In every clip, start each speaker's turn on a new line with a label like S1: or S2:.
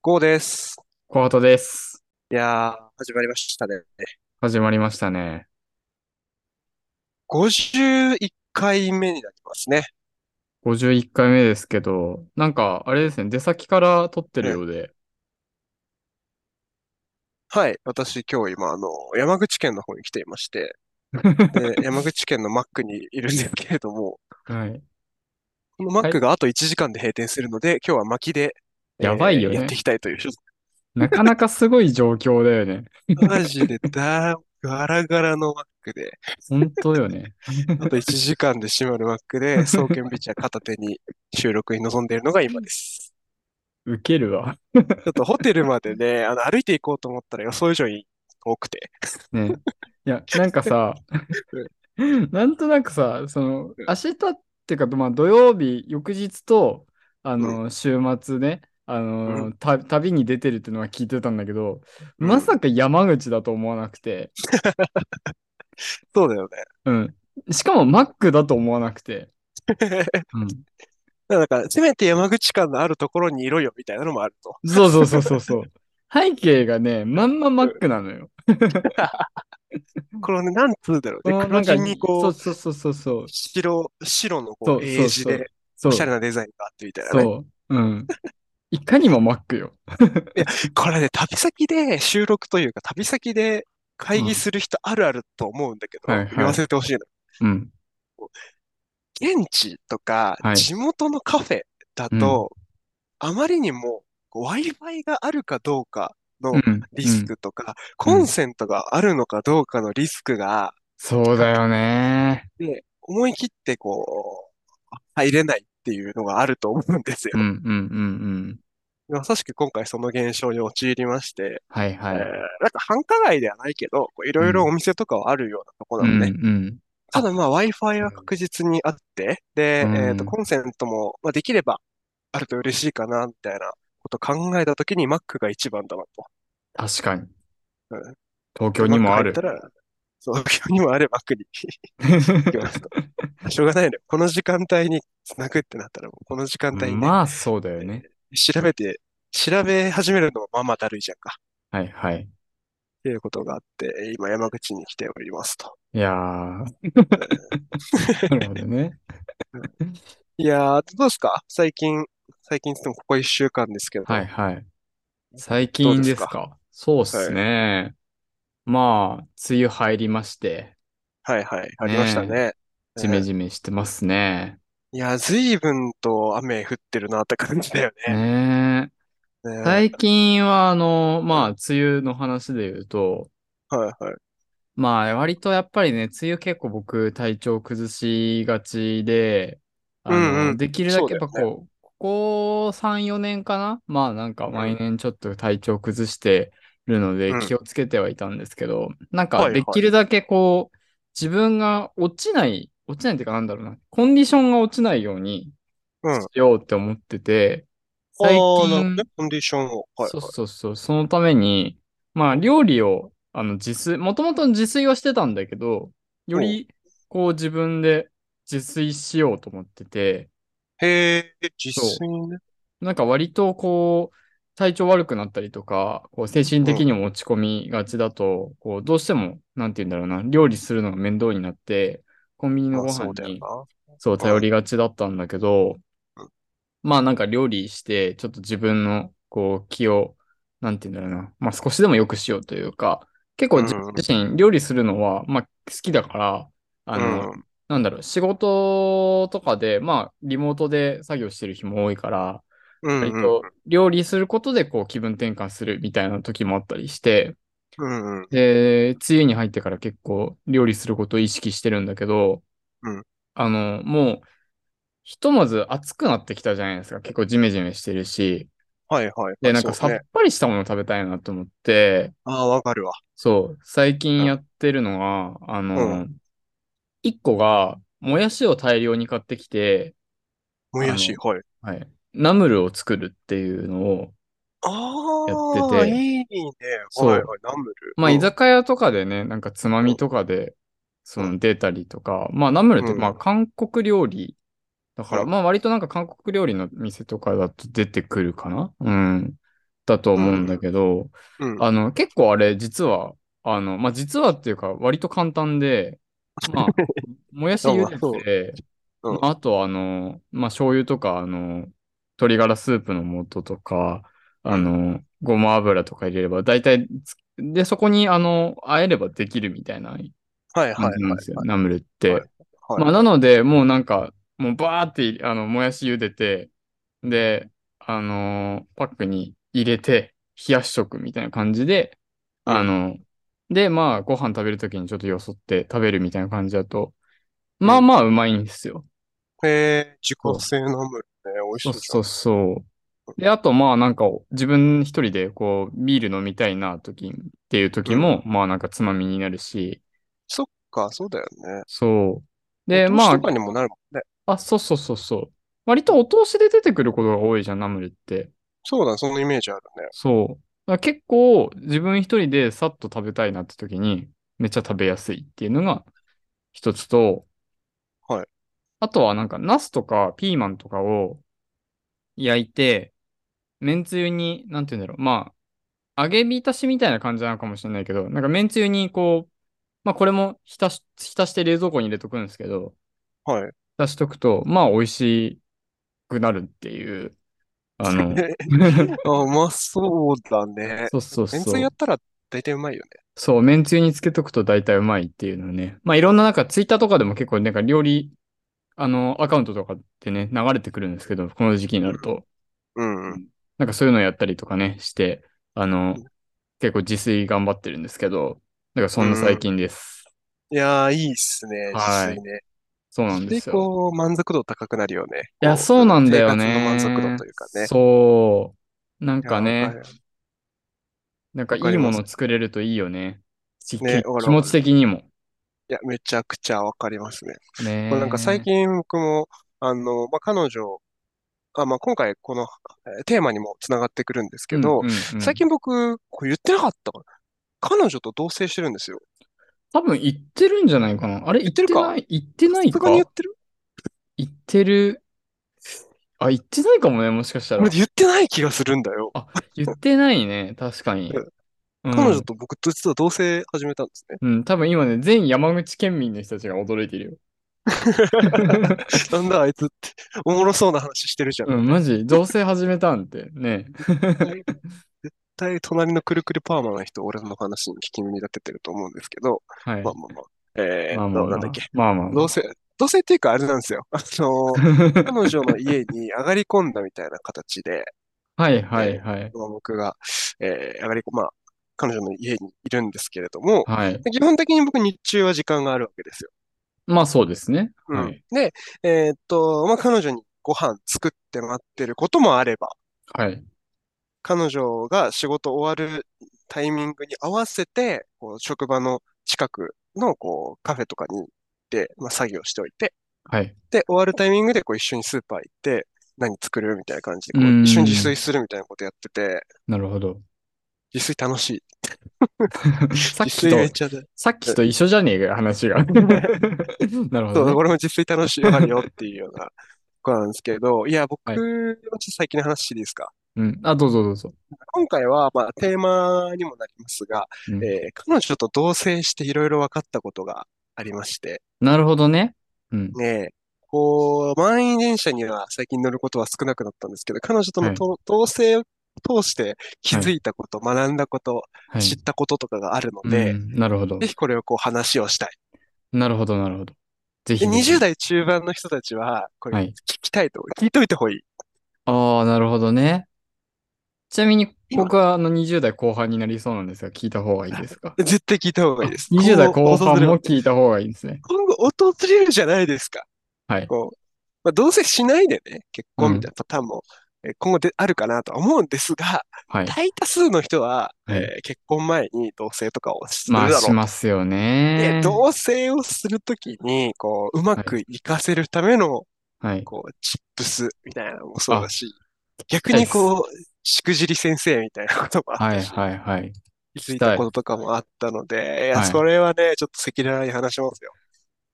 S1: ゴーです。
S2: コートです。
S1: いやー、始まりましたね。
S2: 始まりましたね。
S1: 51回目になりますね。
S2: 51回目ですけど、なんか、あれですね、出先から撮ってるようで、
S1: はい。私、今日今、あの、山口県の方に来ていまして、 で、山口県のマックにいるんですけれども、
S2: はい。
S1: このマックがあと1時間で閉店するので、今日は巻きで、えー
S2: やばいよね
S1: やっていきたいという。
S2: なかなかすごい状況だよね。
S1: マジ でだ、ガラガラのマックで、
S2: 本当よね。
S1: あと1時間で閉まるマックで、双剣ビーチャー片手に収録に臨んでいるのが今です。
S2: ウケるわ。
S1: ちょっとホテルまでね、あの、歩いて行こうと思ったら予想以上に多くて。
S2: ね。いや、なん かさ、なんとなくさ、その、明日っていうか、まあ、土曜日、翌日と、あの、週末ね、あ
S1: う
S2: の、た旅に出てるっていうのは聞いてたんだけど、
S1: うん
S2: まさか山口だと思わなくて、
S1: そうだよね。
S2: うん。しかも、マックだと思わな くて、うん。
S1: だから、せめて山口感のあるところにいろよみたいなのもあると。
S2: そうそうそうそうそう。背景がね、まんまマックなのよ。
S1: このね、なんつうんだろう
S2: こ
S1: ね。
S2: の
S1: 黒
S2: なんか、
S1: 地にこう、
S2: そうそうそうそう
S1: 白、白の
S2: そ
S1: こ
S2: う
S1: う、
S2: そう
S1: 英
S2: そう
S1: 字で、
S2: そ
S1: お
S2: う。
S1: し
S2: そ
S1: ゃ
S2: う。
S1: れなデザインがあってみたいなね。
S2: そう。うん。いかにもマックよ。
S1: これね、旅先で収録というか、旅先で会議する人あるあると思うんだけど、
S2: はいはい
S1: 言わせてほしいの。
S2: うん。
S1: 現地とか
S2: は、い
S1: 地元のカフェだと、あまりにもこう Wi-Fi があるかどうかの
S2: うん。
S1: リス
S2: うん
S1: クとか、コンセントがあるのかどうかのリスクが、
S2: そうだよね。
S1: で、思い切ってこう、入れないっていうのがあると思うんですよ
S2: うん。うんうんうん。
S1: まさしく今回その現象に陥りまして、
S2: はいは
S1: えー
S2: い。
S1: なんか繁華街ではないけど、こういろいろお店とかはあるようなとこ
S2: う
S1: なの
S2: んう
S1: で、
S2: ん。
S1: ただまあ Wi-Fi は確実にあって、で、
S2: うん
S1: えっと、コンセントも、まあ、できればあると嬉しいかな、みたいなこと考えたときに Mac が一番だなと。
S2: 確かに
S1: うん。
S2: 東京にもある
S1: Mac。入ったら、そう、 今日にもある Mac に。行きますと。しょうがないのよ。この時間帯に繋ぐってなったら、もうこの時間帯にね、
S2: まあ、そうだよね。
S1: 調べて、調べ始めるのもまあまあだるいじゃんか。
S2: はいはい。
S1: っていうことがあって、今山口に来ておりますと。
S2: い やー。なるほどね。
S1: いやー、どうですか最近、最近っつってもここ一週間ですけど。
S2: はいはい。最
S1: どう
S2: 近
S1: です
S2: です
S1: か
S2: かそうっすね。まあ、梅雨入りまして、
S1: はいはい。ありましたね。
S2: ジメジメしてますね。
S1: いやー、随分と雨降ってるなって感じだよね。
S2: ね
S1: ね
S2: え。
S1: はい
S2: 最近は、あの、まあ、梅雨の話で言うと、
S1: はい。
S2: まあ、割とやっぱりね、梅雨結構僕、体調崩しがちで、あ
S1: うんうん
S2: の、できるだけやっぱ
S1: そうだ
S2: こう、ここ3、4年かなまあ、なんか毎年ちょっと体調崩してるの
S1: う
S2: で
S1: ん
S2: 気をつけてはいたんですけど、な
S1: は
S2: ん
S1: い
S2: か
S1: はい
S2: できるだけこう、自分が落ちない、落ちないっていうかなんだろうな、コンディションが落ちないように
S1: うん。
S2: しようって思ってて、
S1: あー、な
S2: 最
S1: るほど
S2: 近
S1: ね。コンディションを。はい
S2: そうそうそう、そのために、まあ、料理を、あの、自炊、もともと自炊はしてたんだけど、より、こう、自分で自炊しようと思ってて、
S1: へー、実炊ね。
S2: なんか割と、こう、体調悪くなったりとか、こう、精神的にも落ち込みがちだと、こう、どうしても、なんて言うんだろうな、料理するのが面倒になって、コンビニの
S1: まあ
S2: ご
S1: そうだ
S2: 飯
S1: よ
S2: に、
S1: な。
S2: そう、頼りがちだったんだけど
S1: うん、
S2: まあなんか料理して、ちょっと自分のこう気を、なんて言うんだろうな、まあ少しでも良くしようというか、結構自
S1: うんうん
S2: 分自身料理するのは、まあ好きだから、あの、
S1: うん。
S2: なんだろう、仕事とかで、まあリモートで作業してる日も多いから、
S1: うん
S2: 割
S1: うん
S2: と料理することでこう気分転換するみたいな時もあったりして、
S1: うんうん。
S2: で、梅雨に入ってから結構料理することを意識してるんだけど、
S1: うん
S2: あの、もう、ひとまず暑くなってきたじゃないですか。結構ジメジメしてるし。
S1: はいはい。
S2: で、なんか
S1: そ
S2: さ
S1: う
S2: っ
S1: ね。
S2: ぱりしたもの食べたいなと思って、
S1: ああ、わかるわ。
S2: そう、最近やってるのは、あ
S1: う
S2: の、一個が、もやしを大量に買ってきて、
S1: もやし、はい。
S2: はい、ナムルを作るっていうのを、
S1: ああ、
S2: やってて
S1: いいね。
S2: そう
S1: はいはい、ナムル。
S2: まあ、
S1: うん
S2: 居酒屋とかでね、なんかつまみとかで、その出たりとか、まあ、ナムルって、
S1: うん
S2: まあ、韓国料理だから、
S1: うん
S2: まあ、割となんか韓国料理の店とかだと出てくるかなうん。ったと思うんだけど、
S1: うん。
S2: あの、結構あれ、実は、あの、まあ、実はっていうか、割と簡単で、 まあ、もやし茹
S1: あまあそう
S2: でて、
S1: うん
S2: まああと、あの、まあ、醤油とか、あの、鶏ガラスープの素とか、あの、ごま油とか入れれば、大体つ、で、そこに、あの、和えればできるみたいな
S1: はいはい
S2: 感
S1: は
S2: じ
S1: い
S2: な
S1: は
S2: ん
S1: い
S2: ですよ、ナムルって。
S1: はいはい
S2: まあ、なので、もうなんか、もうバーって、あの、もやし茹でて、で、あのーパックに入れて、冷やしとくみたいな感じで、
S1: うん
S2: あの、で、まあ、ご飯食べるときにちょっとよそって食べるみたいな感じだと、まあまあ、うまいんですよ。
S1: えー、自己製ナムルね、美味しそう
S2: そう
S1: じ
S2: そうそう。で、あと、まあ、なんか、自分一人で、こう、ビール飲みたいな、時っていう時も、まあ、なんか、つまみになる
S1: ゃ
S2: し、
S1: ん。そっか、そうだよね。
S2: そう。で、
S1: お通し
S2: まあ
S1: と、かにもなるもんね。
S2: あ、そうそうそうそう。割とお通しで出てくることが多いじゃん、ナムルって。
S1: そうだ、そのイメージあるね。
S2: そう。だから結構自分一人でさっと食べたいなって時にめっちゃ食べやすいっていうのが一つと、
S1: はい。
S2: あとはなんかナスとかピーマンとかを焼いて、めんつゆに、なんて言うんだろう、まあ、揚げ浸しみたいな感じなのかもしれないけど、なんかめんつゆにこう、まあこれも浸し、浸して冷蔵庫に入れとくんですけど、
S1: はい。
S2: 出しとくと、まあ、美味しくなるっていう。あ の、
S1: あ、うまそうだね。
S2: そうそう
S1: めんつ
S2: そ
S1: ゆや
S2: う
S1: っ。たら大体うまいよね。
S2: そう、めんつゆにつけとくと大体うまいっていうのね。まあ、いろんななんか、ツイッターとかでも結構なんか料理、あの、アカウントとかってね、流れてくるんですけど、この時期になると。
S1: うんうん。
S2: なんかそういうのやったりとかね、して、あの
S1: うん、
S2: 結構自炊頑張ってるんですけど、なんかそんな最近です。
S1: いやー、いいっすね、自
S2: はい
S1: 炊ね。
S2: そうなんです
S1: で、
S2: よ。
S1: こう、満足度高くなるよね。
S2: いや、
S1: こ
S2: そうなんだよ
S1: 生活の
S2: ね。
S1: 満足度というかね。
S2: そう。なんか
S1: いや
S2: ね
S1: わ、る
S2: なんかい
S1: わか
S2: い
S1: り
S2: も
S1: ます
S2: の作れるといいよね。き
S1: ね
S2: き
S1: わかる
S2: 気持ち的にも。
S1: いや、めちゃくちゃわかりますね。
S2: ね
S1: これなんか最
S2: え。
S1: 近僕も、あの、まあ、彼女、あ、まあ、今回このえーテーマにもつながってくるんですけど
S2: うん、うんうん
S1: 最近僕、これ言ってなかったかな。彼女と同棲してるんですよ。
S2: 多分行ってるんじゃないかな。あれ行
S1: 行
S2: っ
S1: っててるか
S2: ない行ってない
S1: さすがに言っ
S2: か
S1: てる
S2: 行ってる。あ、行ってないかもね、もしかしたら
S1: 俺。言ってない気がするんだよ。
S2: あ、言ってないね。確かに。うん
S1: 彼女と僕、実は同棲始めたんですね。
S2: うん、多分今ね、全山口県民の人たちが驚いてるよ。
S1: なんだあいつって、おもろそうな話してるじゃん。
S2: うん、マジ、同棲始めたんって。ね。
S1: 絶対隣のくるくるパーマの人、俺の話に聞き耳立ててると思うんですけど、
S2: はい。
S1: まあまあまあ、え
S2: まあ
S1: ーっ
S2: まあ
S1: と、
S2: まあ
S1: なんだっけ、
S2: まあまあま
S1: 同
S2: あ。
S1: 棲、同棲っていうかあれなんですよ。あの、彼女の家に上がり込んだみたいな形で、
S2: はいはいはい。
S1: まあ僕が、えー上がりこ、まあ、彼女の家にいるんですけれども、
S2: はい。
S1: 基本的に僕日中は時間があるわけですよ。
S2: まあそうですね。
S1: うん
S2: はい。
S1: で、えーっと、まあ、彼女にご飯作って待ってることもあれば、
S2: はい。
S1: 彼女が仕事終わるタイミングに合わせて、こう職場の近くのこうカフェとかに行って、まあ、作業しておいて、
S2: はい。
S1: で、終わるタイミングでこう一緒にスーパー行って、何作るみたいな感じで、こ
S2: う
S1: うん一緒に自炊するみたいなことやってて、
S2: なるほ ど。
S1: 自炊楽しい。自
S2: さっき
S1: 炊めっ
S2: と、
S1: ちゃで。
S2: さっきと一緒じゃねえかよ、話が。なるほ
S1: そう、
S2: どね、
S1: 俺も自炊楽しいよあるよっていうような子なんですけど、いや、僕
S2: は
S1: の
S2: い
S1: ちょっと最近の話していいですか。
S2: うん。あ、どうぞどうぞ。
S1: 今回は、まあ、テーマにもなりますが、
S2: うん
S1: えー彼女と同棲していろいろ分かったことがありまして、
S2: なるほどね。うん。
S1: ねえ、こう、満員電車には最近乗ることは少なくなったんですけど、彼女とのと同棲を通して気づいたこと、学んだこと、
S2: はい。
S1: 知ったこととかがあるの
S2: う
S1: で、
S2: ん、なるほど
S1: ぜ。ひこれをこう話をしたい。
S2: なるほど、なるほど。ぜひ
S1: で、
S2: ぜひ。
S1: 20代中盤の人たちは、これ
S2: は
S1: 聞
S2: い。
S1: きたいと、聞いといた方がいい。
S2: ああ、なるほどね。ちなみに、
S1: 今
S2: 僕はあの20代後半になりそうなんですが、聞いた方がいいですか
S1: 絶対聞いた方がいいです。
S2: 20代
S1: 今
S2: 後
S1: 後訪
S2: 半
S1: れる
S2: も聞いた方がいいですね。
S1: 今後訪れるじゃないですか。
S2: はい。
S1: こう、まあ、どうせしないでね、結婚みたいなパターンも、えー今後であるかなとは思うんですが、
S2: はい。
S1: 大多数の人は、
S2: はい
S1: えー結婚前に同棲とかを する
S2: まあ、
S1: だろ
S2: し
S1: う。
S2: ますよ
S1: で、
S2: ね。
S1: 同棲をするときに、こう、うまくいかせるための、
S2: はい。
S1: こう、チップスみたいなのもそうだし、逆
S2: 聞
S1: に
S2: きたいです
S1: こう、しくじり先生みたいなこともあっ
S2: は
S1: た
S2: い、
S1: し、
S2: はい、はい。
S1: 気づいたこととかもあったので、いや、
S2: はい
S1: それはね、ちょっと赤裸々に話しますよ。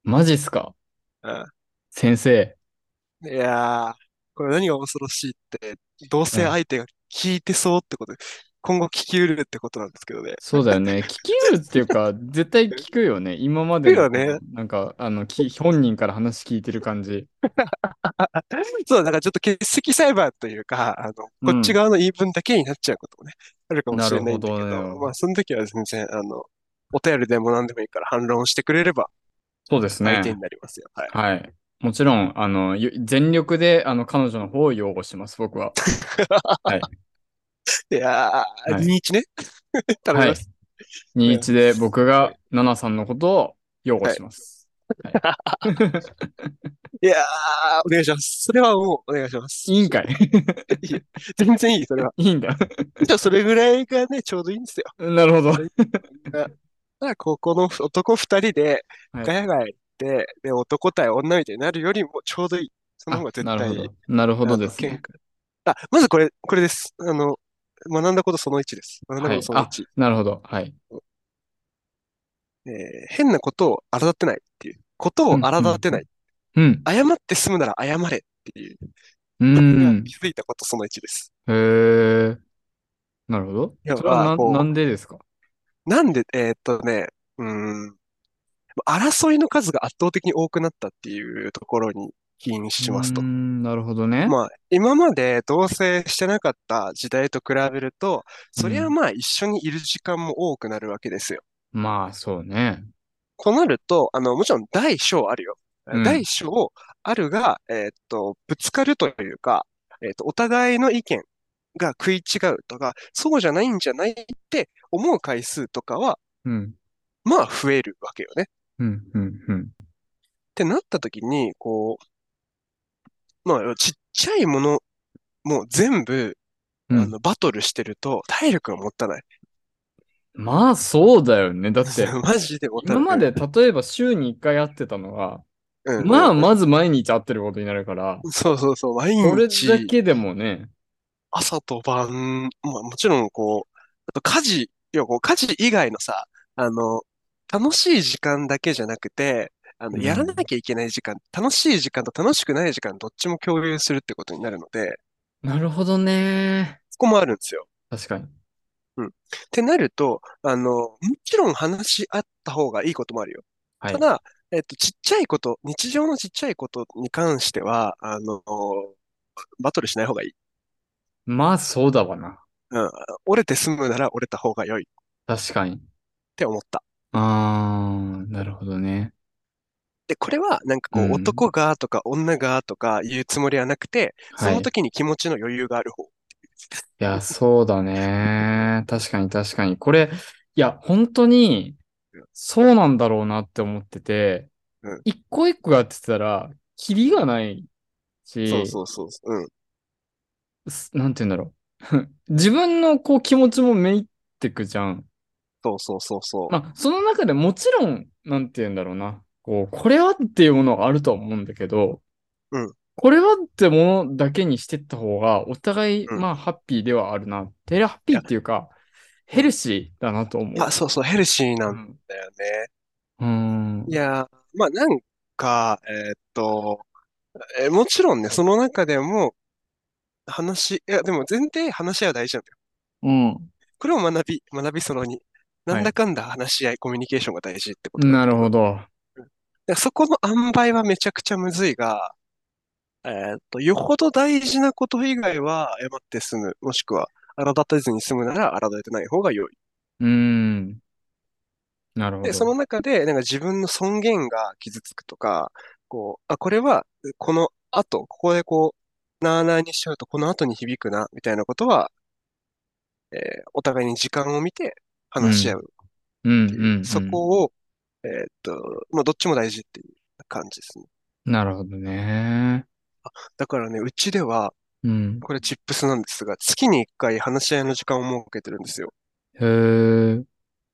S2: マジっすか
S1: うん。
S2: 先生。
S1: いやー、これ何が恐ろしいって、同性相手が聞いてそうってことで、今後聞きうるってことなんですけどね。
S2: そうだ よね。聞き得るっていうか、絶対聞くよね。今までの
S1: 聞くよね
S2: なんか、あの、き本人から話聞いてる感じ。
S1: そう、だからちょっと欠席裁判というか、あの、こっち側の言い分だけになっちゃうこともね、あるかもしれないんだけ
S2: なるほどね
S1: まあ、その時は全然、あの、お便りでも何でもいいから反論してくれれば
S2: そうですね
S1: 相。手になりますよ。はい。
S2: はい。もちろん、あの、ゆ全力で、あの、彼女の方を擁護します、僕は。
S1: いやー、
S2: はい
S1: リーチね。 頼み
S2: はい
S1: ます。。
S2: 21で僕が、ナナさんのことを擁護します。
S1: いやー、お願いします。それはもう、お願いします。
S2: いいんかい
S1: 全然いい、それ は。
S2: いいんだ。
S1: じゃあ、それぐらいがね、ちょうどいいんですよ。
S2: なるほど。
S1: ただ、ここの男二人で、
S2: はい
S1: ガヤガヤ言って、で、男対女みたいになるよりもちょうどいい。その方が絶
S2: あなるほ
S1: 対いい。
S2: ど。なるほど
S1: あの
S2: です
S1: 喧
S2: ね。
S1: 嘩あ、まずこれ、これです。あの、学んだことその1です。学んだことその
S2: はい
S1: 1。
S2: なるほど。はい。
S1: えー変なことを荒立てないっていう。ことを荒立てない。
S2: うん。
S1: 謝って済むなら謝れっていう。
S2: う
S1: 僕が
S2: ん。
S1: 気づいたことその1です。
S2: へえ。なるほど。
S1: いや
S2: それは
S1: ま
S2: な
S1: あこ
S2: ん
S1: う
S2: なんでですか
S1: なんで、えーっとね、うーん。争いの数が圧倒的に多くなったっていうところに起因しますと
S2: うー。んなるほどね。
S1: まあ、今まで同棲してなかった時代と比べると、そりゃまあ一緒にいる時間も多くなるわけですよ。
S2: まあ、そうね。
S1: となると、あの、もちろん大小あるよ。
S2: うん
S1: 大小あるが、えーっと、ぶつかるというか、えーっと、お互いの意見が食い違うとか、そうじゃないんじゃないって思う回数とかは、
S2: うん。
S1: まあ増えるわけよね。っ
S2: うん、うん、うん。
S1: てなった時に、こう、まあ、ちっちゃいもの、もう全部、
S2: うん
S1: あの、バトルしてると、体力が持たない。
S2: まあ、 そうだよね。だって、
S1: マジで持たな
S2: 今
S1: い。
S2: まで例えば週に1回会ってたのが、
S1: うん、うん
S2: まあ、まず毎日会ってることになるから、
S1: そうそうそう、毎
S2: それ
S1: 日。
S2: だけでもね、
S1: 朝と晩、まあもちろんこう、あと家事、要はこう家事以外のさ、あの、楽しい時間だけじゃなくて、あ
S2: う
S1: の、
S2: ん
S1: やらなきゃいけない時間、楽しい時間と楽しくない時間、どっちも共有するってことになるので、
S2: なるほどね。
S1: そこもあるんですよ。
S2: 確かに。
S1: ってなると、あの、もちろん話し合った方がいいこともあるよ。
S2: はい
S1: ただ、えっと、ちっちゃいこと、日常のちっちゃいことに関しては、あの、バトルしない方がいい。
S2: まあ、そうだわな。
S1: うん。折れて済むなら折れた方が良いっ
S2: 確かに。
S1: て思った。
S2: あー、なるほどね。
S1: で、これはなんかこう、
S2: うん
S1: 男がとか女がとか言うつもりはなくて、そ
S2: はい
S1: の時に気持ちの余裕がある方。
S2: いや、そうだね。確かに確かに。これ、いや、本当に、そうなんだろうなって思ってて
S1: うん、
S2: 一個一個やってたら、キリがないし、
S1: そうそうそうそう。うん。
S2: すなんて言うんだろう。 自分のこう気持ちもめいってくじゃん。
S1: そうそうそうそう。
S2: まあ、その中でもちろん、なんて言うんだろうな。こう、これはっていうものがあるとは思うんだけど、
S1: うん
S2: これはってものだけにしてった方が、お互い、
S1: うん
S2: まあ、ハッピーではあるな。テレハッピーっていうか、ヘルシーだなと思う。
S1: あ、そうそう、ヘルシー
S2: う
S1: なん
S2: ん。
S1: だよね。
S2: うん
S1: い。やー、まあなんか、えーっと、えーもちろんね、その中でも、話、いや、でも前提話し合いは大事なんだよ。
S2: うん
S1: これを学び、学びその2。
S2: はい
S1: なんだかんだ話し合い、コミュニケーションが大事ってことだよ
S2: なるほど。
S1: でそこの塩梅はめちゃくちゃむずいが、えーっと、よほど大事なこと以外は謝って済む、もしくは荒立てずに済むなら荒立てない方が良い。
S2: うん。なるほ
S1: で、
S2: ど。
S1: その中で、なんか自分の尊厳が傷つくとか、こう、あ、これは、この後、ここでこう、なあなあにしちゃうと、この後に響くな、みたいなことは、えーお互いに時間を見て話し合う
S2: うん
S1: っていう、
S2: うんうん。
S1: そこを、えーっと、まあ、どっちも大事っていう感じですね。
S2: なるほどね。
S1: だからね、うちでは、
S2: うん。
S1: これチップスなんですが、月に1回話し合いの時間を設けてるんですよ。
S2: へえ。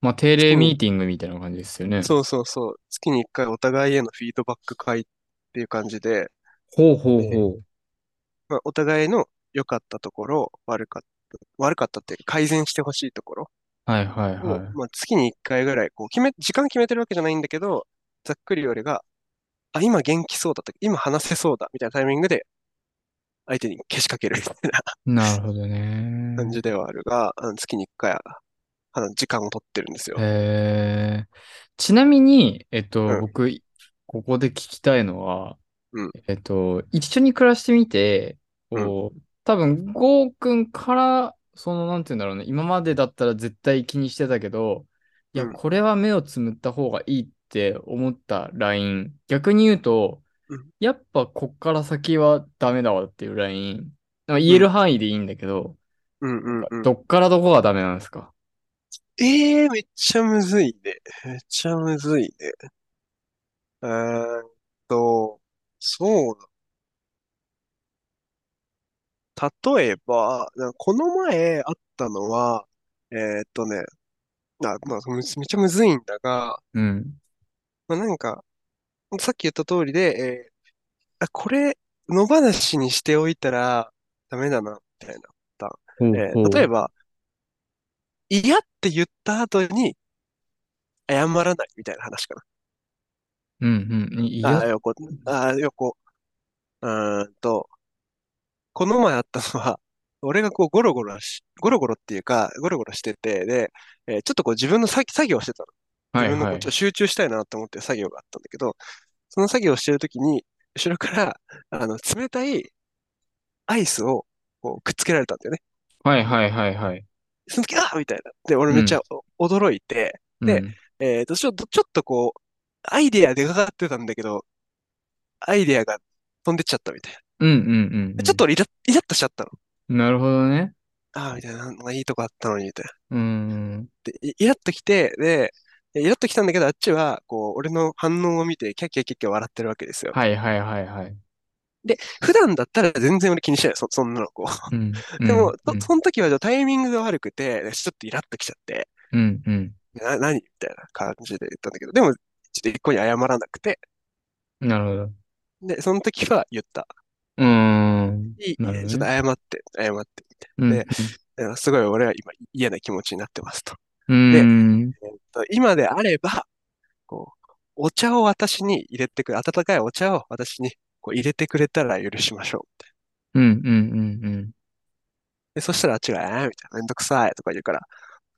S2: まあ、定例ミーティングみたいな感じですよね。
S1: そうそうそう。月に1回お互いへのフィードバック会っていう感じで、
S2: ほうほうほう。
S1: まあ、お互いの良かったところ、悪かった、悪かったっていうか改善してほしいところ
S2: はいはい
S1: を、
S2: はい。
S1: まあ、月に1回ぐらい、こう、決め、時間決めてるわけじゃないんだけど、ざっくり俺が、あ、今元気そうだった、今話せそうだ、みたいなタイミングで、相手にけしかけるみたいな
S2: なるほどね。
S1: 感じではあるが、あの月に1回、あの、時間を取ってるんですよ。
S2: えー、ちなみに、えっと、
S1: うん
S2: 僕、ここで聞きたいのは、
S1: うん
S2: えっと、一緒に暮らしてみて、こう、多分、ゴーくんから、その、なんて言うんだろうね、今までだったら絶対気にしてたけど、いや、
S1: うん
S2: これは目をつむった方がいいって思ったライン。逆に言うと
S1: うん、
S2: やっぱこっから先はダメだわっていうライン。まあ言える範囲でいいんだけど、
S1: うんうんうん。
S2: どっからどこがダメなんですか
S1: ええー、めっちゃむずいね。めっちゃむずいね。えーっと、そうだ。例えば、なこの前あったのは、えーっとね、なまあ、むめっちゃむずいんだが、
S2: うん。
S1: まあ、なんか、さっき言った通りで、えーあ、これ、野放しにしておいたらダメだな、みたいな。えー例え
S2: ば、
S1: ば、嫌って言った後に、謝らないみたいな話か
S2: うんうん。いい
S1: な。あ
S2: や
S1: あ、横、ああ、横。うーんと、この前あったのは、俺がこうゴロゴロし、ゴロゴロっていうか、ゴロゴロしてて、で、えーちょっとこう自分の作、作業をしてたの。
S2: は
S1: 自分
S2: い
S1: のこ
S2: は
S1: う
S2: い
S1: ちょっと集中したいなと思ってる作業があったんだけど、その作業をしてるときに、後ろから、あの、冷たいアイスをこうくっつけられたんだよね。
S2: はいはいはいはい。
S1: その時、ああみたいな。で、俺めっちゃ驚いて、で
S2: うん、
S1: えっと、ちょっと、ちょっとこう、アイデア出かかってたんだけど、アイデアが飛んでっちゃったみたい
S2: うんうんうん
S1: な。
S2: うん。
S1: ちょっと俺イラッ、イラッとしちゃったの。
S2: なるほどね。
S1: ああ、みたいな、なんかいいとこあったのに、みたいな。
S2: うん。
S1: で、イイラッときて、で、イラッときたんだけど、あっちは、こう、俺の反応を見て、キャッキャッキャッキャ笑ってるわけですよ。
S2: はいはいはいはい。
S1: 普段だったら全然俺気にしない、そ、そんなの、こう。
S2: うん。
S1: でも、
S2: うん
S1: そ、その時はタイミングが悪くて、ちょっとイラッときちゃって、
S2: うんうん。
S1: な、何みたいな感じで言ったんだけど、でも、ちょっと一個に謝らなくて、
S2: なるほど。
S1: で、その時は言った。
S2: うーん。
S1: いい、
S2: なるほどね
S1: ちょっと謝って、謝って。
S2: うん
S1: でうんすごい俺は今嫌な気持ちになってますと。
S2: うん。
S1: で
S2: うん
S1: えっと今であれば、こう、お茶を私に入れてくれ、温かいお茶を私にこう入れてくれたら許しましょうみたいな。
S2: うんうんうん
S1: で、そしたらあっちが、えーみたいな、めんどくさいとか言うから、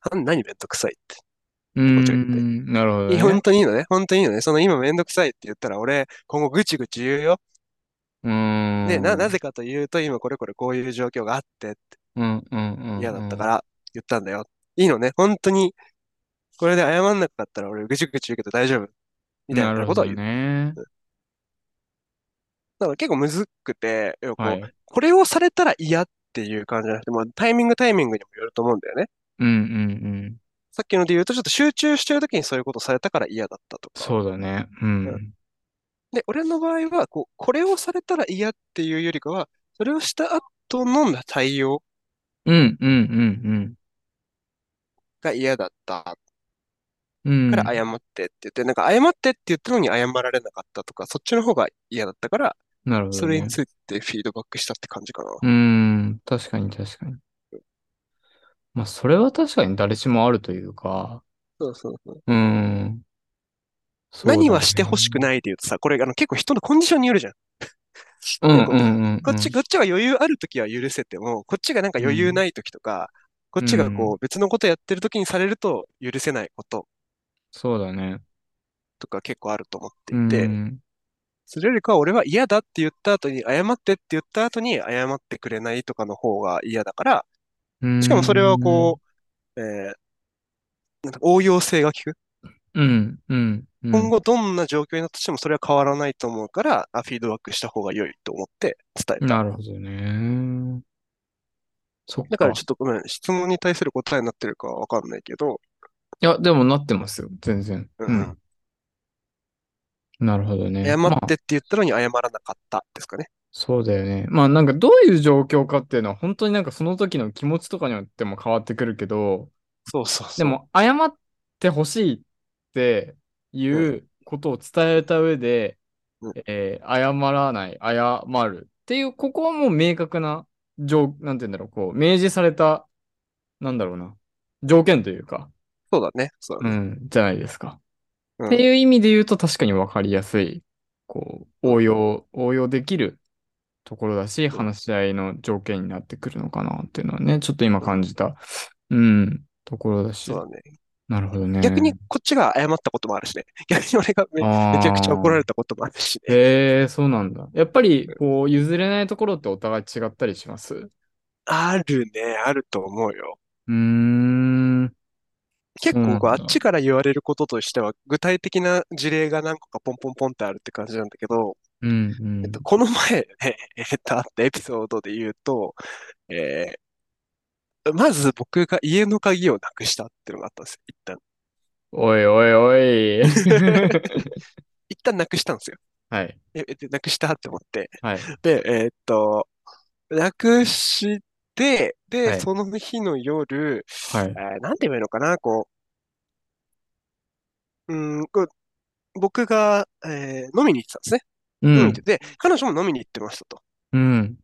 S1: あん何めんどくさいって。
S2: うん。
S1: こっちが
S2: う
S1: 言って
S2: ん。なるほど
S1: い
S2: ね。
S1: や本当にいいのね、本当にいいのね。その今めんどくさいって言ったら俺、今後ぐちぐち言うよ。
S2: うーん。
S1: で、な、なぜかというと、今これこれこういう状況があってって
S2: うんうんうんうん。
S1: 嫌だったから言ったんだよ。いいのね、本当に。これで謝んなかったら俺ぐちぐち言うけど大丈夫。みたい
S2: な
S1: な
S2: る
S1: こ
S2: ほ
S1: と
S2: ど
S1: は言う。
S2: ね。
S1: だから結構むずくて、要はこう、
S2: はい。
S1: これをされたら嫌っていう感じじゃなくて、まあ、タイミングタイミングにもよると思うんだよね。
S2: うんうんうん。
S1: さっきので言うと、ちょっと集中してる時にそういうことされたから嫌だったとか。
S2: そうだね。うん。
S1: で、俺の場合は、こう、これをされたら嫌っていうよりかは、それをした後の対応
S2: うんうんうん
S1: が嫌だった
S2: うん。うん。
S1: から謝ってって言って、なんか謝ってって言ったのに謝られなかったとか、そっちの方が嫌だったから、
S2: なるほど
S1: それ
S2: ね
S1: についてフィードバックしたって感じかな。
S2: うーん、確かに確かに。まあ、それは確かに誰しもあるというか、
S1: そうそうそう。
S2: うーん。そうだね
S1: 何はしてほしくないって言うとさ、これあの結構人のコンディションによるじゃん。
S2: うん
S1: なんか
S2: うんうんうん。
S1: こっち、こっちが余裕あるときは許せても、こっちがなんか余裕ないときとか、こっちがこ
S2: う
S1: う別のことやってるときにされると許せないこと
S2: そうだね。
S1: とか結構あると思って
S2: う
S1: いて、
S2: ん。
S1: それよりかは俺は嫌だって言った後に、謝ってって言った後に謝ってくれないとかの方が嫌だから、しかもそれはこう、えーなんか応用性が効く。
S2: うん、うん、うん。
S1: 今後どんな状況になったとしてもそれは変わらないと思うから、あフィードバックした方が良いと思って伝えた。
S2: なるほどね。そっ
S1: だからちょっとごめん、質問に対する答えになってるかはわかんないけど、
S2: いや、でもなってますよ、全然。
S1: うんうん
S2: うん。なるほどね。
S1: 謝
S2: まあ
S1: ってって言ったのに謝らなかったですかね。
S2: そうだよね。まあなんかどういう状況かっていうのは本当になんかその時の気持ちとかによっても変わってくるけど、
S1: そうそうそう。
S2: でも、謝ってほしいっていうことを伝えた上で、
S1: うん
S2: えー謝らない、謝るっていう、ここはもう明確な、条なんて言うんだろう、こう、明示された、なんだろうな、条件というか、
S1: そうだね。そうだ
S2: う
S1: ね。
S2: ん、じゃないですか。
S1: うん
S2: っていう意味で言うと確かに分かりやすい、こう、応用、応用できるところだし、話し合いの条件になってくるのかなっていうのはね、ちょっと今感じた、うん、ところだし
S1: そう。だね。
S2: なるほどね。
S1: 逆にこっちが謝ったこともあるしね。 逆に俺がめ
S2: あー、
S1: めちゃくちゃ怒られたこともあるしね。
S2: へえ、そうなんだ。やっぱり、こう、譲れないところってお互い違ったりしますう
S1: あるね、あると思うよ。
S2: ーん。
S1: 結
S2: そうな
S1: 構
S2: ん
S1: こうあっ
S2: だ
S1: ちから言われることとしては、具体的な事例が何個かポンポンポンってあるって感じなんだけど、
S2: うん、うん
S1: えっと、この前ね、えっと、あったエピソードで言うと、えーまず僕が家の鍵をなくしたっていうのがあったんですよ。一旦。
S2: おいおい おい。
S1: 一旦なくしたんですよ。
S2: はい、
S1: え、えでなくしたって思って。
S2: はい、
S1: で、えーっと、なくして、で、
S2: はい
S1: その日の夜、
S2: はい
S1: え。ーなんて言えばいいのかな、こう、うん、こう僕が、えー飲みに行ってたんですね。
S2: う
S1: 飲みに行
S2: ん
S1: って、で、彼女も飲みに行ってましたと。
S2: うん、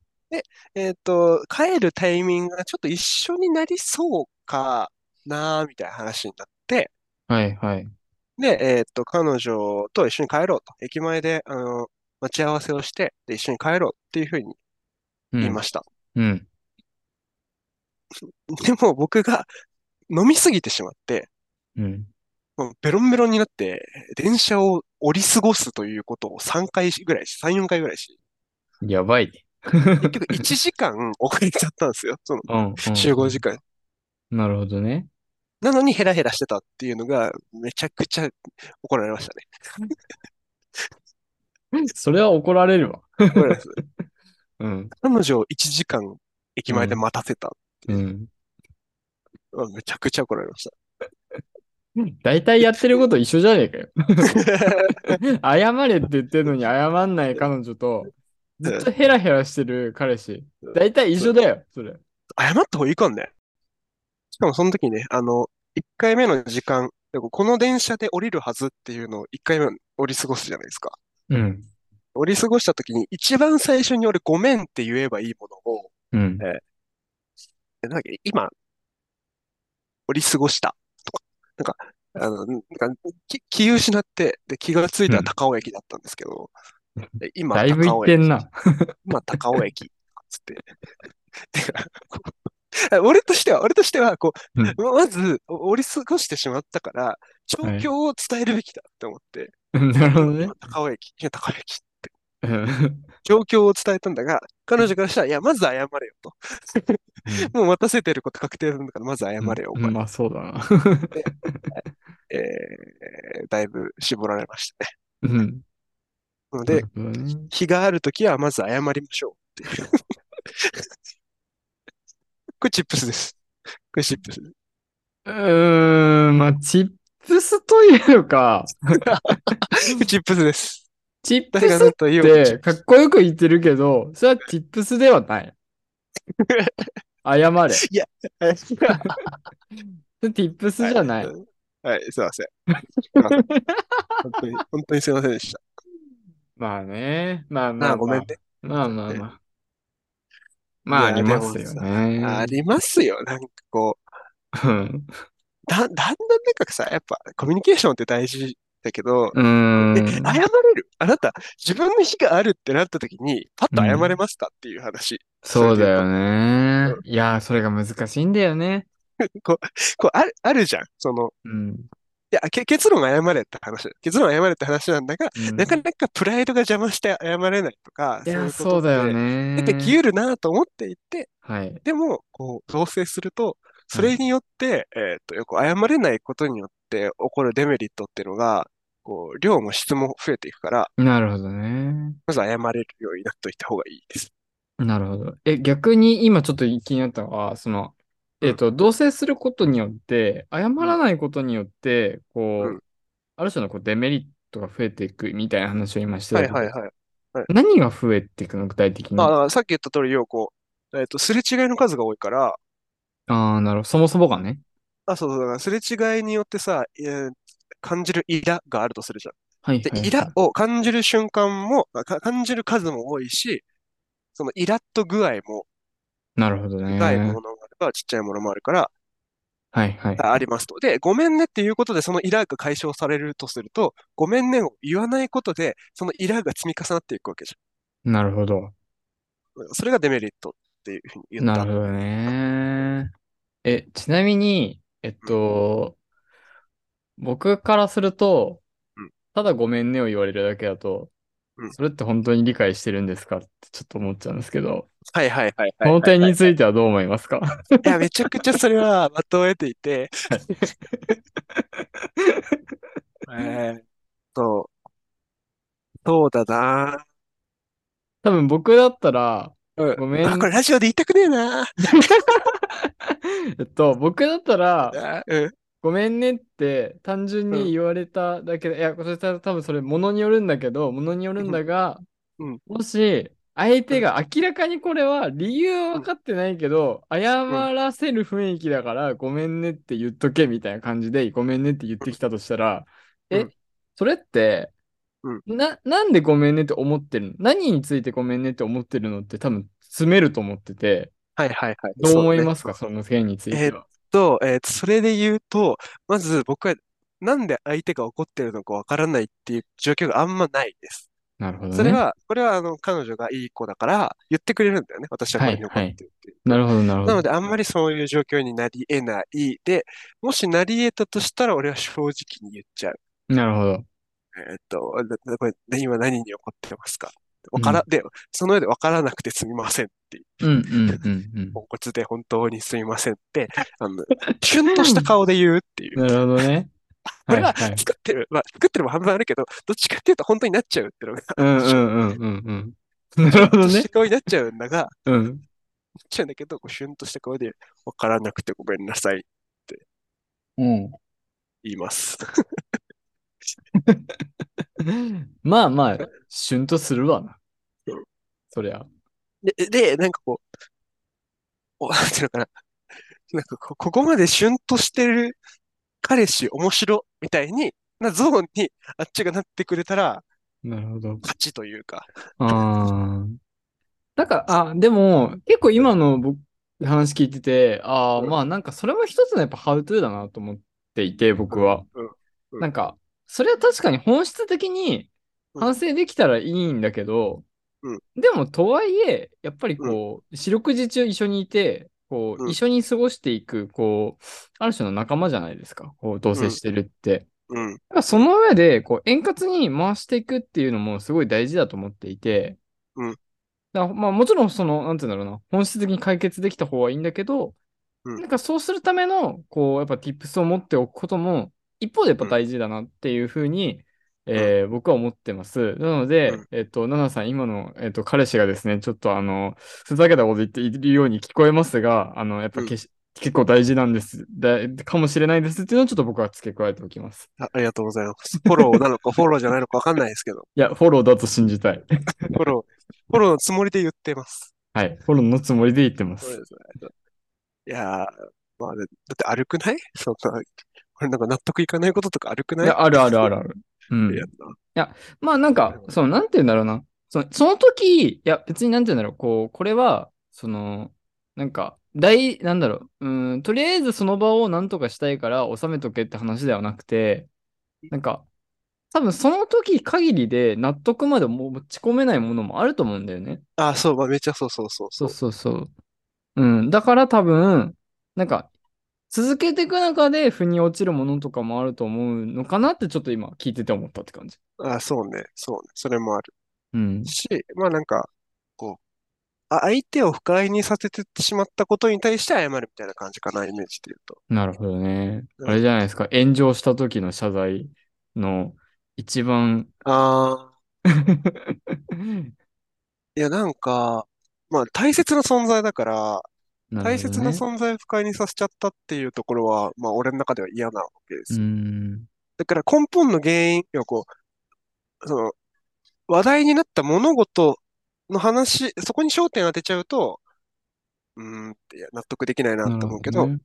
S1: えーっと、帰るタイミングがちょっと一緒になりそうかな、みたいな話になって、
S2: はい、はい。
S1: で、えーっと、彼女と一緒に帰ろうと。駅前で、あの、待ち合わせをして、で、一緒に帰ろうっていうふうに
S2: うん、
S1: 言いました。
S2: うん。
S1: でも僕が飲みすぎてしまって、
S2: うん。
S1: もうベロンベロンになって、電車を降り過ごすということを3回ぐらいし、3、4回ぐらいし、
S2: やばいね。
S1: 結局1時間遅れちゃったんですよ、その
S2: うん、うん
S1: 集合時間。
S2: なるほどね。
S1: なのにヘラヘラしてたっていうのが、めちゃくちゃ怒られましたね。
S2: それは怒られるわ。
S1: 怒られます
S2: うん、
S1: 彼女を1時間駅前で待たせた。
S2: うん。
S1: うんめちゃくちゃ怒られました。
S2: 大体やってること一緒じゃねえかよ。 謝れって言ってるのに謝んない彼女と、ずっとヘラヘラしてる彼氏。大体一緒だよ、それ。
S1: 謝った方がいいかんね。しかもその時ね、あの、1回目の時間、でもこの電車で降りるはずっていうのを1回目降り過ごすじゃないですか。
S2: うん。
S1: 降り過ごした時に一番最初に俺ごめんって言えばいいものを、
S2: うん。
S1: えなんだっけ、今、降り過ごしたとか、なんか、あの、なんかき気を失って、で、気がついたら高尾駅だったんですけど、で今、
S2: だいぶ言
S1: 高尾
S2: って
S1: 駅、
S2: んな。
S1: 今、高尾駅、つ って。てかこう俺としては、俺としては、こう、
S2: うん
S1: まず、お降り過ごしてしまったから、状況を伝えるべきだって思って、
S2: なるほどね
S1: 今。高尾駅、今、高尾駅。
S2: うん
S1: 状況を伝えたんだが、彼女からしたら、いや、まず謝れよと。もう待たせてること確定なんだから、まず 謝れよ、お
S2: う
S1: 前
S2: んまあそうだな。
S1: えーだいぶ絞られましたね。
S2: う
S1: な
S2: ん。
S1: の
S2: な
S1: で
S2: る、ほどね
S1: 日があるときはまず謝りましょうっていう これチップスです。これチップス。
S2: うーん、まあチップスというか、
S1: これチップスです。
S2: チップ
S1: 誰が
S2: ス
S1: 何
S2: っ
S1: と言おうがチ
S2: て
S1: ップ
S2: か
S1: ス
S2: っこよく言ってるけど、それはチップスではない。謝れ。ティップスじ ゃない。
S1: はい、すいません。すいません本当に、本当にすいませんでした。
S2: まあね。まあま
S1: ま
S2: あ、
S1: あ、ごめんね。
S2: まあまあまあ。
S1: え
S2: まああ
S1: いや
S2: りますよね。
S1: ありますよ。なんかこう、
S2: うん
S1: だ、だんだんなんかさ、やっぱコミュニケーションって大事だけど、
S2: うーん。
S1: え、謝れるあなた、自分の日があるってなった時に、パッと謝れますかっていう話。
S2: そうだよ
S1: それで言
S2: ね
S1: う。
S2: いやー、それが難しいんだよね。
S1: こう、ある、あるじゃん。その、
S2: うん。
S1: いや、け結論謝れって話。結論謝れって話なんだが、
S2: うん
S1: なかなかプライドが邪魔して謝れないとか、
S2: いやー、
S1: そういうこと
S2: そうだよ
S1: って
S2: ね。
S1: 出てきうるなと思っていて、
S2: はい。
S1: でも、こう、同棲すると、それによって、えっと、よく謝れないことによって起こるデメリットっていうのが、こう、量も質も増えていくから、
S2: なるほどね。
S1: まず謝れるようになっといた方がいいです。
S2: なるほど。え、逆に今ちょっと気になったのは、その、えっと、同棲することによって、謝らないことによって、こ
S1: うん
S2: う、ある種のこうデメリットが増えていくみたいな話を今してた
S1: は
S2: け
S1: い
S2: ど
S1: はいはい。
S2: 何が増えていくの具体的に。
S1: まあ、だ
S2: あ
S1: からさっき言った通り、要はこう、えっと、すれ違いの数が多いから、
S2: あー、なるほど。そもそもがね。
S1: あ、そうそうだから、すれ違いによってさ、えー感じるイラがあるとするじゃん。
S2: はい
S1: で
S2: は、い
S1: イラを感じる瞬間も、あか感じる数も多いし、そのイラッと具合も、
S2: なるほどね。
S1: 深いものがあれば、ちっちゃいものもあるから、
S2: はいはい。
S1: あありますと。で、ごめんねっていうことで、そのイラが解消されるとすると、ごめんねを言わないことで、そのイラが積み重なっていくわけじ
S2: なるほど。
S1: それがデメリットっていうふうに言っ
S2: な
S1: た。
S2: るほどね。え、ちなみに、えっと、僕からすると
S1: うん、
S2: ただごめんねを言われるだけだと
S1: うん、
S2: それって本当に理解してるんですかってちょっと思っちゃうんですけど、
S1: はいはいはい
S2: こ
S1: はい
S2: の点につ
S1: い
S2: いてはどう思いますか
S1: て。いや、めちゃくちゃそれはまとえていて、えーっと、そうだな
S2: 多分僕だったら、
S1: うん
S2: ごめん
S1: あ、これラジオで言いたくねえな
S2: えっと、僕だったら、
S1: あうん。
S2: ごめんねって単純に言われただけで、いや、これた多分それ、ものによるんだけど、ものによるんだが、
S1: うん
S2: もし、相手が明らかにこれは理由は分かってないけど、謝らせる雰囲気だから、ごめんねって言っとけみたいな感じで、ごめんねって言ってきたとしたら、
S1: うん
S2: え、それって、
S1: うん
S2: な、なんでごめんねって思ってるの何についてごめんねって思ってるのって多分詰めると思ってて、
S1: はいはいはい。
S2: どう思い
S1: そうね
S2: ますかそ,、の件については。
S1: と、えーと、それで言うと、まず僕は、なんで相手が怒ってるのかわからないっていう状況があんまないです。
S2: なるほどね。
S1: それは、これは、あの、彼女がいい子だから、言ってくれるんだよね。私はこれに怒ってるっていう。
S2: なるほど、なるほど。
S1: なので、あんまりそういう状況になり得ない。で、もしなり得たとしたら、俺は正直に言っちゃう。
S2: なるほど。
S1: えーっと、なこれ、で今何に怒ってますかわから、で、その上でわからなくてすみませんっていう。
S2: うんうんうん
S1: ポンコツで本当にすみませんって、あの、キュンとした顔で言うっていう
S2: うん。。なるほど ね。
S1: これは
S2: はいはい
S1: 作ってる、まあ作ってるも半分あるけど、どっちかっていうと本当になっちゃうっていうのが、
S2: うんうんうんうんうん。なるほどね
S1: 年。顔になっちゃうんだが、なっ
S2: うん。
S1: ちゃうんだけど、こうシュンとした顔で、わからなくてごめんなさい、
S2: うん。
S1: 言います。
S2: まあまあ、シュンとするわな
S1: うん。
S2: そりゃ。
S1: で、で、なんかこう、お、 なんていうのかな。なんかこう、ここまでシュンとしてる彼氏面白みたいに、なゾーンにあっちがなってくれたら、
S2: なるほど。
S1: 勝ちというか。
S2: ああ。だから、あ、でも、結構今の僕話聞いてて、ああ、
S1: うん
S2: まあなんかそれも一つのやっぱハウトゥーだなと思っていて、僕は。
S1: うんうん
S2: なんか、それは確かに本質的に
S1: うん
S2: 反省できたらいいんだけど、
S1: うん
S2: でもとはいえ、やっぱりこう、四六時中一緒にいて、こ
S1: う
S2: う、
S1: ん
S2: 一緒に過ごしていく、こう、ある種の仲間じゃないですか。こう、同棲してるって。
S1: うん、
S2: だからその上で、こう、円滑に回していくっていうのもすごい大事だと思っていて、
S1: うん
S2: だからまあもちろんその、なんて言うんだろうな、本質的に解決できた方はいいんだけど、
S1: うん
S2: なんかそうするための、こう、やっぱ tips を持っておくことも、一方でやっぱ大事だなっていうふうに、えー僕は思ってます。なので、
S1: うん
S2: えっと、奈々さん、今の、えっと、彼氏がですね、ちょっとあの、ふざけたこと言っているように聞こえますが、あの、やっぱけし、結構大事なんです、だかもしれないですっていうのをちょっと僕は付け加えておきます。
S1: あ。ありがとうございます。フォローなのか、フォローじゃないのかわかんないですけど、
S2: いや、フォローだと信じたい。
S1: フォロー、フォローのつもりで言ってます。
S2: はい。フォローのつもりで言ってま
S1: そう
S2: す。
S1: ですね。いやー、まあ、だって悪くない そんな、これなんか納得いかないこととか悪く
S2: い
S1: ない
S2: や、あるあるあるある。う
S1: い
S2: ん
S1: や。
S2: まあなんか、その、なんて言うんだろうな。その、その時、いや、別になんて言うんだろう。こう、これは、その、なんか、大、なんだろう。うん、とりあえずその場をなんとかしたいから収めとけって話ではなくて、なんか、多分その時限りで納得まで持ち込めないものもあると思うんだよね。
S1: あ、そう、まあ、めっちゃそうそうそう
S2: そ
S1: そうう。
S2: そうそう。うん。だから多分、なんか、続けていく中で腑に落ちるものとかもあると思うのかなってちょっと今聞いてて思ったって感じ。
S1: あ、そうね、そうね、それもある
S2: うん。
S1: し、まあなんか、こう、あ、相手を不快にさせてしまったことに対して謝るみたいな感じかな、イメージで言うと。
S2: なるほどね。
S1: うん
S2: あれじゃないですか。炎上した時の謝罪の一番
S1: あー、いやなんか、まあ大切な存在だから、
S2: な
S1: 大
S2: るほど
S1: 切な
S2: ね。
S1: 存在を不快にさせちゃったっていうところは、まあ俺の中では嫌なわけですよ
S2: うん。
S1: だから根本の原因をこう、その、話題になった物事の話、そこに焦点を当てちゃうと、うーんっていや納得できないな
S2: なる
S1: と思
S2: ほど
S1: うけど、
S2: ね。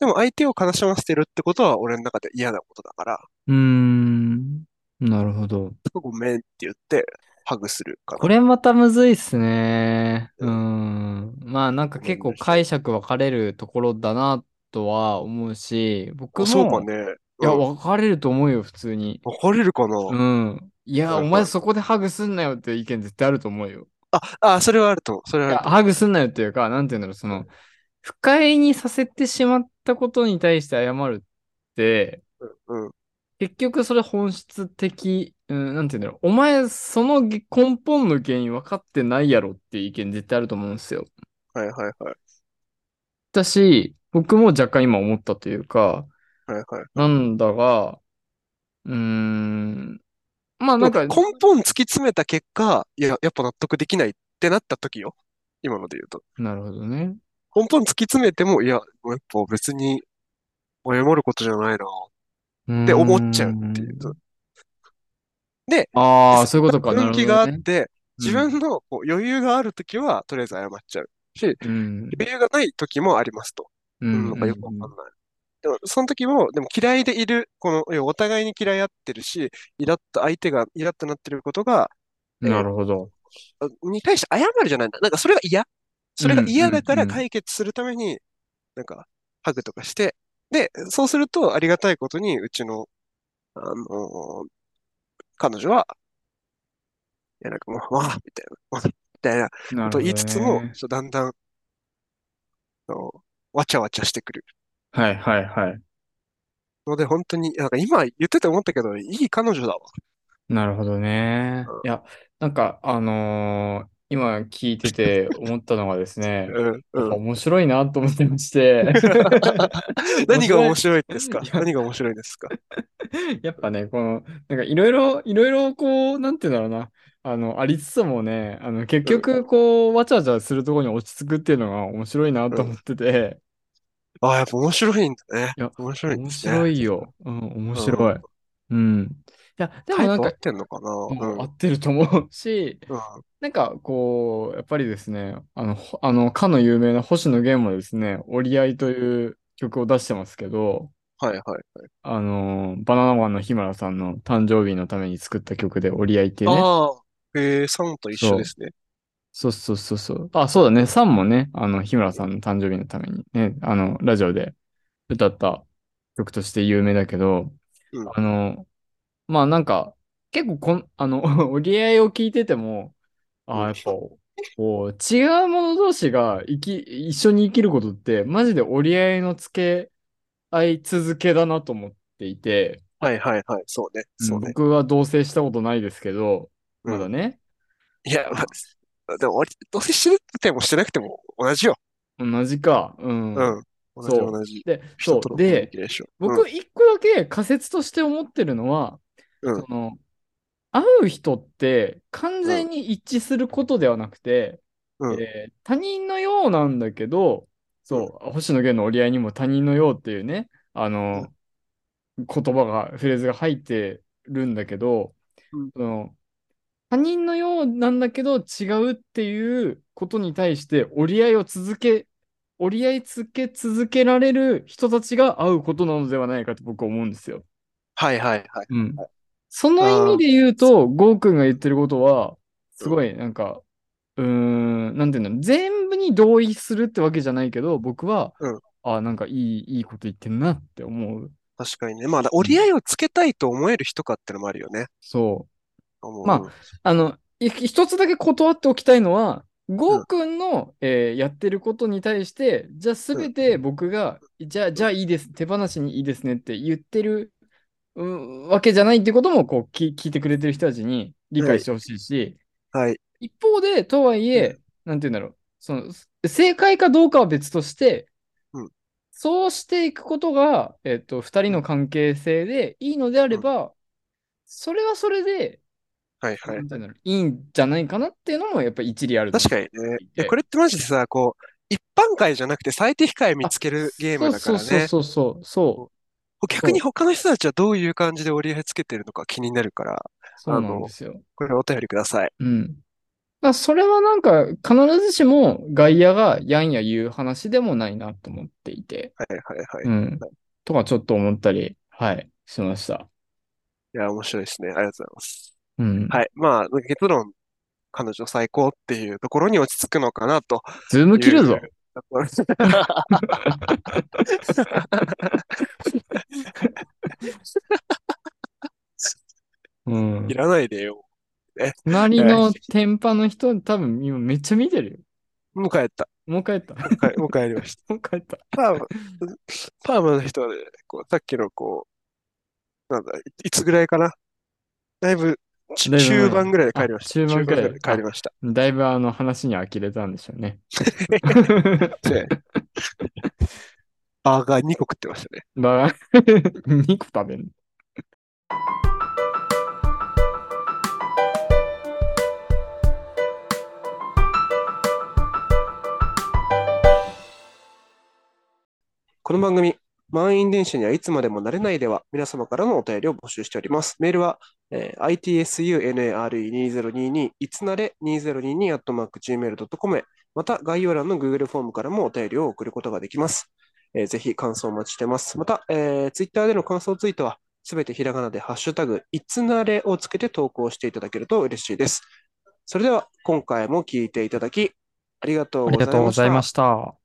S1: でも相手を悲しませてるってことは俺の中で嫌なことだから、
S2: うん。なるほど。
S1: ごめんって言ってハグするか
S2: こ
S1: な。
S2: れまたむずいっすね。
S1: う
S2: うん。まあなんか結構解釈分かれるところだなとは思うし、僕
S1: あそうか
S2: も、
S1: ね。
S2: いや、
S1: うん、
S2: 分かれると思うよ、普通に。
S1: 分かれるかな。
S2: うん。いや、
S1: はい
S2: お
S1: はい
S2: 前そこでハグすんなよっていう意見絶対あると思うよ。
S1: あ、あ、それはあると思う。それはあると思
S2: ハグすんなよっていうか、なんて言うんだろう、その、不快にさせてしまったことに対して謝るって、
S1: う。うん。
S2: 結局それ本質的、うん、なんて言うんだろう、お前その根本の原因分かってないやろっていう意見絶対あると思うんですよ。
S1: はいはいはい。
S2: だし、僕も若干今思ったというか、
S1: はいはい。
S2: なんだが、うーん、まあなんか、
S1: 根本突き詰めた結果、いや、やっぱ納得できないってなった時よ。今ので言うと。
S2: なるほどね。
S1: 根本突き詰めても、いや、やっぱ別に謝ることじゃないなって思っちゃうっていう。で、
S2: ああ、そういうことか。な
S1: 分
S2: るほど
S1: 岐があっ
S2: ね
S1: て、自分のこう余裕がある時は、とりあえず謝っちゃうし、
S2: うん、
S1: 余裕がない時もありますと。
S2: う、
S1: うんん、なんかよくわかんない。でも、その時も、でも嫌いでいる、この、要はお互いに嫌い合ってるし、イラッと、相手がイラッとなってることが、
S2: うんなるほど。
S1: あに対して謝るじゃないんだ。なんかそれが嫌。それが嫌だから
S2: うんうんうん
S1: 解決するために、なんか、ハグとかして、で、そうすると、ありがたいことに、うちの、あのー彼女は、いや、なんかもう、わあ、みたいな、わあ、みたいな、
S2: なる
S1: と
S2: ほど
S1: 言いつつも、
S2: ね
S1: ちょっとだんだん、あの、わちゃわちゃしてくる。
S2: はいはいはい。
S1: ので、本当に、なんか今言ってて思ったけど、いい彼女だわ。
S2: なるほどね。いや、なんか、あのー今聞いてて思ったのがですね、
S1: うん、
S2: やっ
S1: う
S2: ぱ
S1: ん。
S2: 面白いなと思って まして、
S1: 何が面白いですか
S2: いや
S1: 何が面白いですか
S2: やっぱね、この、なんかいろいろ、いろいろこう、なんていうんだろうな、あの、ありつつもね、あの、結局、こう、わちゃわちゃするところに落ち着くっていうのが面白いなと思ってて、
S1: ああ、やっぱ面白いんだね。
S2: いや
S1: 面白いん
S2: 面
S1: ですね。
S2: 白いよ。うん、面白い。うん。いや、でも
S1: タイ
S2: なん
S1: プ合
S2: か
S1: っ、てんのかなう
S2: うん
S1: ん。
S2: 合ってると思うし、
S1: うん
S2: なんかこう、やっぱりですね、あの、ほあの、かの有名な星野源もですね、折り合いという曲を出してますけど、
S1: はいはいはい。
S2: あの、バナナマンの日村さんの誕生日のために作った曲で折り合いっていうね。
S1: ああ、えー、サンと一緒ですね。
S2: そうそうそうそう。あ、そうだね。さんもね、あの、日村さんの誕生日のためにね、あの、ラジオで歌った曲として有名だけど、
S1: うん
S2: あの、まあなんか、結構こん、あの、 折り合いを聞いてても、あ
S1: うん
S2: あ、やっぱ、こう、違う者同士が生き、一緒に生きることって、マジで折り合いのつけ合い続けだなと思っていて、
S1: はいはいはい。そうね。
S2: うん
S1: そうね。
S2: 僕は同棲したことないですけど、
S1: うん
S2: まだね、
S1: いや、まあでも、俺どうせしててもしてなくても同じよ。
S2: 同じか。うん。
S1: うん。同じ
S2: そう
S1: 同じ。
S2: で、
S1: 人
S2: そう。
S1: とのコミュニ
S2: で、
S1: ケーション。うん
S2: 僕、一個だけ仮説として思ってるのは、
S1: うん
S2: その、会う人って完全に一致することではなくて、
S1: うん
S2: えー他人のようなんだけど、そう、星野源の折り合いにも他人のようっていうね、あの、言葉が、フレーズが入ってるんだけど、
S1: うん
S2: その他人のようなんだけど違うっていうことに対して折り合いを続け、折り合いつけ続けられる人たちが会うことなのではないかと僕は思うんですよ。
S1: はいはいはい。
S2: うん。その意味で言うと、ゴーくんが言ってることは、すごい、なんか、うーん、なんていうんだろう、全部に同意するってわけじゃないけど、僕は、
S1: うん
S2: あ、なんかいい、いいこと言ってんなって思う。
S1: 確かにね。まあ、折り合いをつけたいと思える人かってのもあるよね。
S2: そう。
S1: 思う
S2: まあの、い一つだけ断っておきたいのは、ゴーくんの、えーやってることに対して、じゃあすべて僕が、じゃあ、じゃあいいです、手放しにいいですねって言ってる、うんわけじゃないってことも、こう聞、聞いてくれてる人たちに理解してほしいし、
S1: はい。
S2: 一方で、とはいえ、なんて言うんだろう、その、正解かどうかは別として、
S1: うん
S2: そうしていくことが、えっと、二人の関係性でいいのであれば、それはそれで、
S1: はいはい
S2: なん。ていうんだろういいんじゃないかなっていうのもやっぱ一理ある
S1: 確か
S2: に
S1: にね。いやこれってマジでさ、こう、一般会じゃなくて最適解見つけるゲームだからね。
S2: そうそうそうそう
S1: 逆に他の人たちはどういう感じで折り合いつけてるのか気になるから、
S2: そうそうなんですよ。
S1: これお便りください。
S2: うん。だからそれはなんか必ずしも外野がやんや言う話でもないなと思っていて、
S1: はいはいはい。
S2: う
S1: い
S2: ん。とかちょっと思ったり、はい、しました。
S1: や、面白いですね。ありがとうございます。
S2: うん。
S1: はい。まあ、結論、彼女最高っていうところに落ち着くのかなと。
S2: ズーム切るぞ。うん
S1: い。らないでよ。ね。
S2: 隣の天パの人、多分今めっちゃ見てるよ。
S1: もう帰った。
S2: もう帰 った。
S1: もう帰もう帰りました。
S2: もう帰った。
S1: パーマ、パーマの人はね、こう、さっきのこう、なんだ、いいつぐらいかな。だいぶ、ち
S2: だいぶ前
S1: 中盤ぐらいで帰りました。
S2: あ中盤ぐらい
S1: 中で帰りました。
S2: だいぶあの話に呆れたんでしょ うね。
S1: で、バーガー2個食ってましたね。
S2: バー ガー2個食べんの
S1: この番組、満員電車にはいつまでもなれないでは、皆様からのお便りを募集しております。メールは、えー itsunare2022、いつなれ2022、at mark gmail.com へ、また概要欄の Google フォームからもお便りを送ることができます。えーぜひ感想をお待ちしてます。また、えー Twitter での感想ツイートは、すべてひらがなでハッシュタグ、いつなれをつけて投稿していただけると嬉しいです。それでは、今回も聞いていただき、ありがとうご
S2: あり
S1: ざい
S2: がとうご
S1: まし
S2: ざい
S1: た
S2: ま。した。